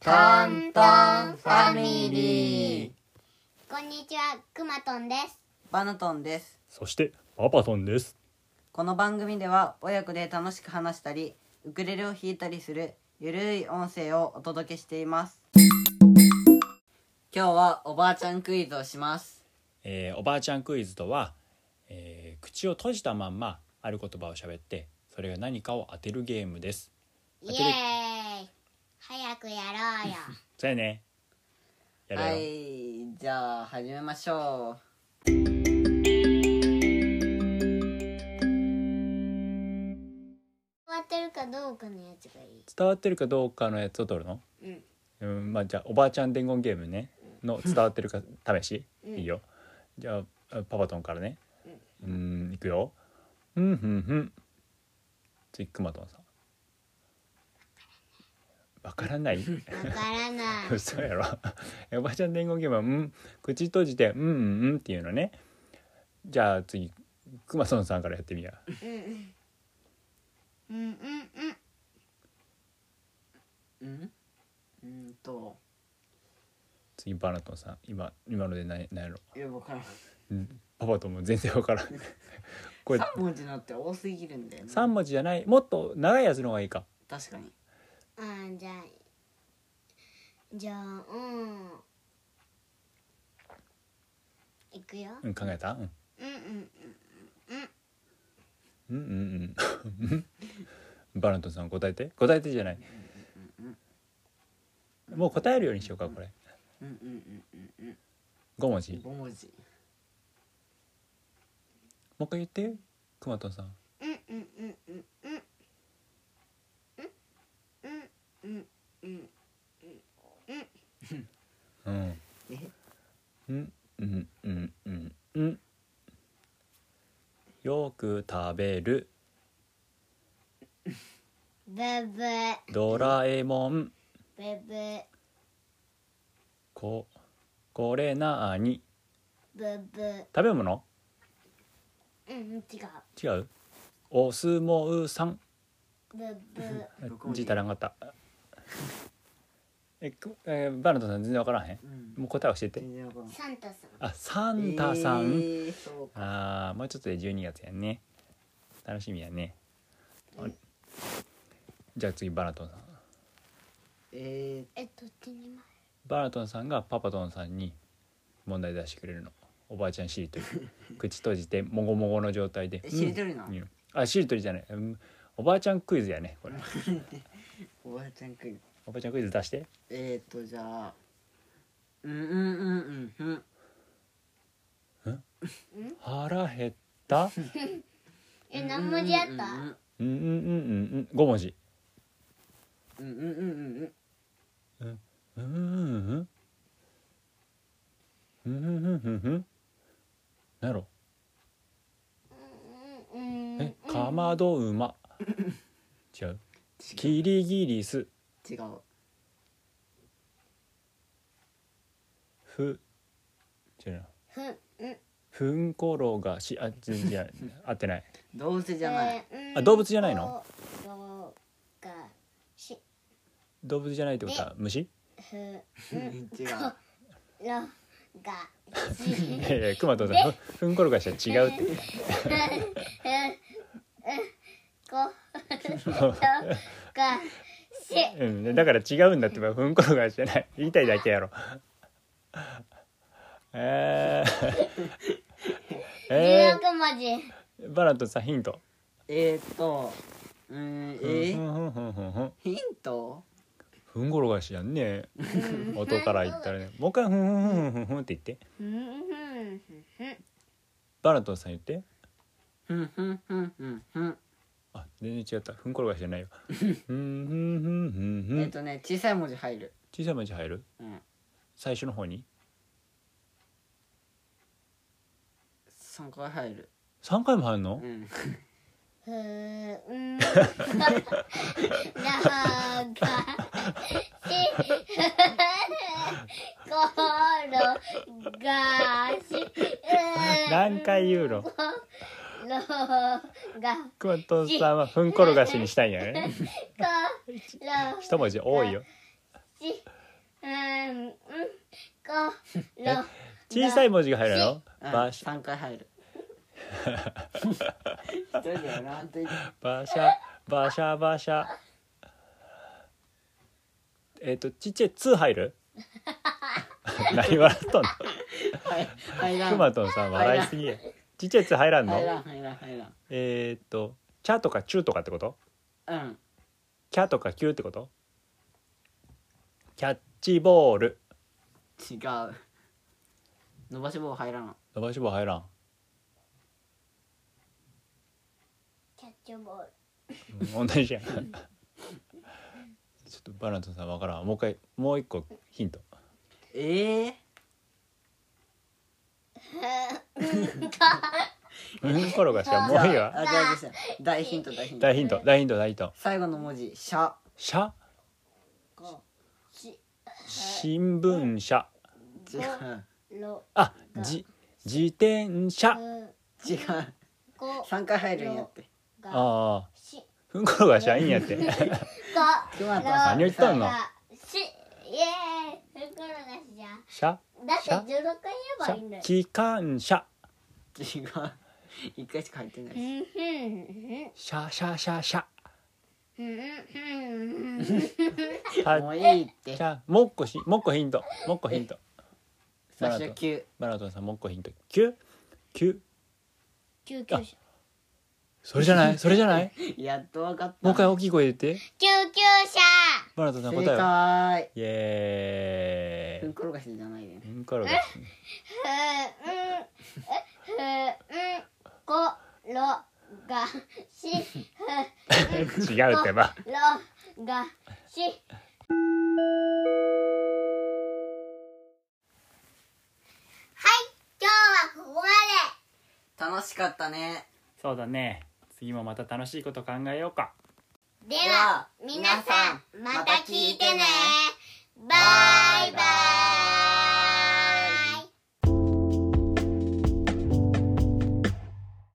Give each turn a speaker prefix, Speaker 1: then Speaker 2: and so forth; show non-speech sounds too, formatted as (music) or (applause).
Speaker 1: トントンファミリー
Speaker 2: こんにちは、くまとんです。
Speaker 1: バナトンです
Speaker 3: そしてパパトンです。
Speaker 1: この番組では親子で楽しく話したりウクレレを弾いたりするゆるい音声をお届けしています今日はおばあちゃんクイズをします
Speaker 4: えーおばあちゃんクイズとは、えー口を閉じたまんまある言葉を喋ってそれが何かを当てるゲームです
Speaker 2: イエーイ早くやろう
Speaker 4: (laughs)
Speaker 2: よ。
Speaker 4: そうやねや
Speaker 1: は
Speaker 4: れよ、
Speaker 1: いじゃあ始めましょ
Speaker 2: 終わってるかどうかのやつがいい。
Speaker 4: 伝わってるかどうかのやつを取るの
Speaker 2: うん
Speaker 4: うんまあじゃあおばあちゃん伝言ゲームねの伝わってるか試し、いいよじゃあパパトンからねうんいくようんうんうん次くまトンさんわからない
Speaker 2: わからない。
Speaker 4: (laughs) 嘘やろおばあちゃん伝言ゲームは「うん」口閉じて「うんうんうん」っていうのねじゃあ次くまそんさんからやってみよう
Speaker 2: うんうんうん。
Speaker 1: ううんうんと
Speaker 4: 次バナトンさん今今ので何何やろ
Speaker 1: いやわからん
Speaker 4: うんパパとも全然わからん (laughs) これ
Speaker 1: 3文字のって多すぎるんだよね
Speaker 4: 3文字じゃないもっと長いやつの方がいいか
Speaker 1: 確かに
Speaker 2: あーじゃあ、じゃあ、うん。いくよ。
Speaker 4: うん考えた、うん、
Speaker 2: うんうん。
Speaker 4: うんうん (laughs) うんバナトンさん答えて答えてじゃないもう答えるようにしようかこれ
Speaker 1: うんうんうんうん
Speaker 4: 5文
Speaker 1: うん
Speaker 4: 字も
Speaker 1: 5文字
Speaker 4: う一回言ってくまとんさん
Speaker 2: うんうんうんうんうんうんうんうん
Speaker 4: うん
Speaker 1: え
Speaker 4: うんうんうんうんうんよく食べる
Speaker 2: ブブー
Speaker 4: ドラえもん
Speaker 2: ブブー
Speaker 4: ここれなーに
Speaker 2: ブブー
Speaker 4: 食べ物
Speaker 2: うん違う
Speaker 4: 違うお相撲さん
Speaker 2: ブ
Speaker 4: (laughs)
Speaker 2: ブー
Speaker 1: 六文字
Speaker 4: 字足らんかったえくえーバナトさん全然わからへん
Speaker 1: うん
Speaker 4: もう答え教えて
Speaker 1: 全然わからん
Speaker 2: サンタさん
Speaker 4: あサンタさん、
Speaker 1: えーそうか
Speaker 4: あーもうちょっとで12月やんね楽しみやねあれじゃあ次バナトンさん
Speaker 1: えー
Speaker 2: えどっちにも
Speaker 4: バナトンさんがパパトンさんに問題出してくれるのおばあちゃんしりと
Speaker 1: (laughs)
Speaker 4: り口閉じてもごもごの状態で
Speaker 1: えしりとりな
Speaker 4: うんうんあしりとりじゃない、うんおばあちゃんクイズやねこれ
Speaker 1: おばあちゃんクイズ
Speaker 4: おばあちゃんクイズ出して
Speaker 1: えー、っとじゃあうんうんうんうんうん
Speaker 4: 腹減った
Speaker 2: え何文字やった
Speaker 4: うんうんうんうんうん5文字
Speaker 1: うんうんうんうんうん
Speaker 4: うんうんうんうんうんうんうんうんなんやろ
Speaker 2: うん
Speaker 4: えかまど馬
Speaker 1: 違
Speaker 4: 違う
Speaker 1: う
Speaker 4: キリギリス
Speaker 1: 違う
Speaker 4: ふ違うな
Speaker 2: ふんうん
Speaker 4: ふんころがしあ全然
Speaker 2: (laughs)
Speaker 4: 合ってない
Speaker 1: どうせじゃない、
Speaker 2: え
Speaker 4: あ動物じゃないの
Speaker 2: どうかし
Speaker 4: 動物じゃないってことは
Speaker 2: (laughs)
Speaker 4: 虫
Speaker 2: ふん
Speaker 1: 違う
Speaker 2: ろがし
Speaker 4: いやいや熊とさんふふんころがしは違うって
Speaker 2: ころがし
Speaker 4: うんだから違うんだってばふんころがしじゃない言いたいだ
Speaker 2: (laughs)
Speaker 4: けやろえ
Speaker 2: (laughs)
Speaker 4: ー、え
Speaker 2: 16文字
Speaker 4: ー、バラントさんヒント
Speaker 1: えー、っとうーんえ
Speaker 4: ふ
Speaker 1: ー、
Speaker 4: んふんふんふんふん
Speaker 1: ヒント
Speaker 4: ふんころがしやんね音から言ったらねもう一回ふんふんふんふんふんって言って
Speaker 2: ふんふんふん
Speaker 4: バラントさん言って
Speaker 1: ふんふんふんふんふん
Speaker 4: あ全然違ったふんころがしじゃないよふんふんふんふんふ
Speaker 1: えー、っ
Speaker 4: ん
Speaker 1: とね小さい文字入る
Speaker 4: 小さい文字入る
Speaker 1: うん
Speaker 4: 最初の方に
Speaker 1: 三回入る
Speaker 4: 3回も入るの
Speaker 1: うん
Speaker 2: ふんなんかしころがし
Speaker 4: 何回言うの
Speaker 2: ろが
Speaker 4: くまとんさん
Speaker 1: (laughs)
Speaker 4: はふんころがしにしたいんやね
Speaker 2: ころ
Speaker 4: 一文字多いよ
Speaker 2: しうん、うん、こ、ろ、
Speaker 4: 小さい文字が入るの
Speaker 1: うん、
Speaker 4: バシャ
Speaker 1: 3回 (laughs) 入る一人だよな本当に
Speaker 4: バシャバシャバシャえっ、とちっちゃい「つ」
Speaker 1: (laughs)
Speaker 4: 入る何笑っとん
Speaker 1: (laughs)
Speaker 4: の
Speaker 1: はい入らん
Speaker 4: くまとんさん笑いすぎやちっちゃい「つ」入らん
Speaker 1: 入ら
Speaker 4: の
Speaker 1: ん入らん入ら
Speaker 4: えっ、と「ちゃ」とか「ちゅ」とかってこと
Speaker 1: んうん
Speaker 4: 「キャ」とか「キュ」ってことキャッチボール
Speaker 1: 違う伸ばし棒入らん
Speaker 4: 伸ばし棒入らん
Speaker 2: キャッチボール。
Speaker 4: うん同じじゃん (laughs) ちょっとバナトンさんわからんもう一回もう一個ヒント
Speaker 1: ええ
Speaker 4: うんころがしかもういいわ
Speaker 1: あじゃあじゃあ大ヒント大ヒント
Speaker 4: 大ヒント大ヒント大ヒント
Speaker 1: 最後の文字「しゃ
Speaker 4: しゃ
Speaker 1: こ
Speaker 2: し、
Speaker 4: 新聞社」
Speaker 1: 違う
Speaker 2: ろ、
Speaker 4: あじ自転車
Speaker 2: う、
Speaker 1: 違う
Speaker 2: こ、
Speaker 1: 3回入るんやって
Speaker 2: が、
Speaker 4: ああ
Speaker 2: し、
Speaker 4: ふんころがしゃいいんやって
Speaker 2: こ、
Speaker 1: 熊田さ
Speaker 4: 何を
Speaker 1: ん
Speaker 4: 言ったんの
Speaker 2: が、し、イエーイふくろがしじゃん。
Speaker 4: しゃ
Speaker 2: だって
Speaker 4: しゃ
Speaker 2: 16回言えばいいんだよ。
Speaker 4: 機関車
Speaker 1: 違う1回しか入ってない
Speaker 2: うん
Speaker 1: し
Speaker 2: うん
Speaker 4: シャシャシャシャ
Speaker 2: うんうんうん
Speaker 4: た
Speaker 1: もういいって
Speaker 4: じゃあもう一個しもう一個ヒントもう一個ヒント
Speaker 1: 最初は9
Speaker 4: バナトンさんもう一個ヒントキュキュ
Speaker 2: 救急車。
Speaker 4: それじゃないそれじゃない
Speaker 1: やっとわかった
Speaker 4: もう一回大きい声で言って
Speaker 2: 救急車
Speaker 4: バナトンさん答
Speaker 1: 正
Speaker 4: えを
Speaker 1: 解
Speaker 4: イエ
Speaker 1: ふ
Speaker 4: ー
Speaker 1: ん
Speaker 4: イ
Speaker 1: ころがしじゃないね
Speaker 4: ふんころがし
Speaker 2: ふうんえふうんころがし
Speaker 4: 違うってば
Speaker 2: ろがしはい今日はここまで
Speaker 1: 楽しかったね
Speaker 5: そうだね次もまた楽しいこと考えようか
Speaker 2: で
Speaker 1: は
Speaker 2: は皆さんまた聞いてねバイバイ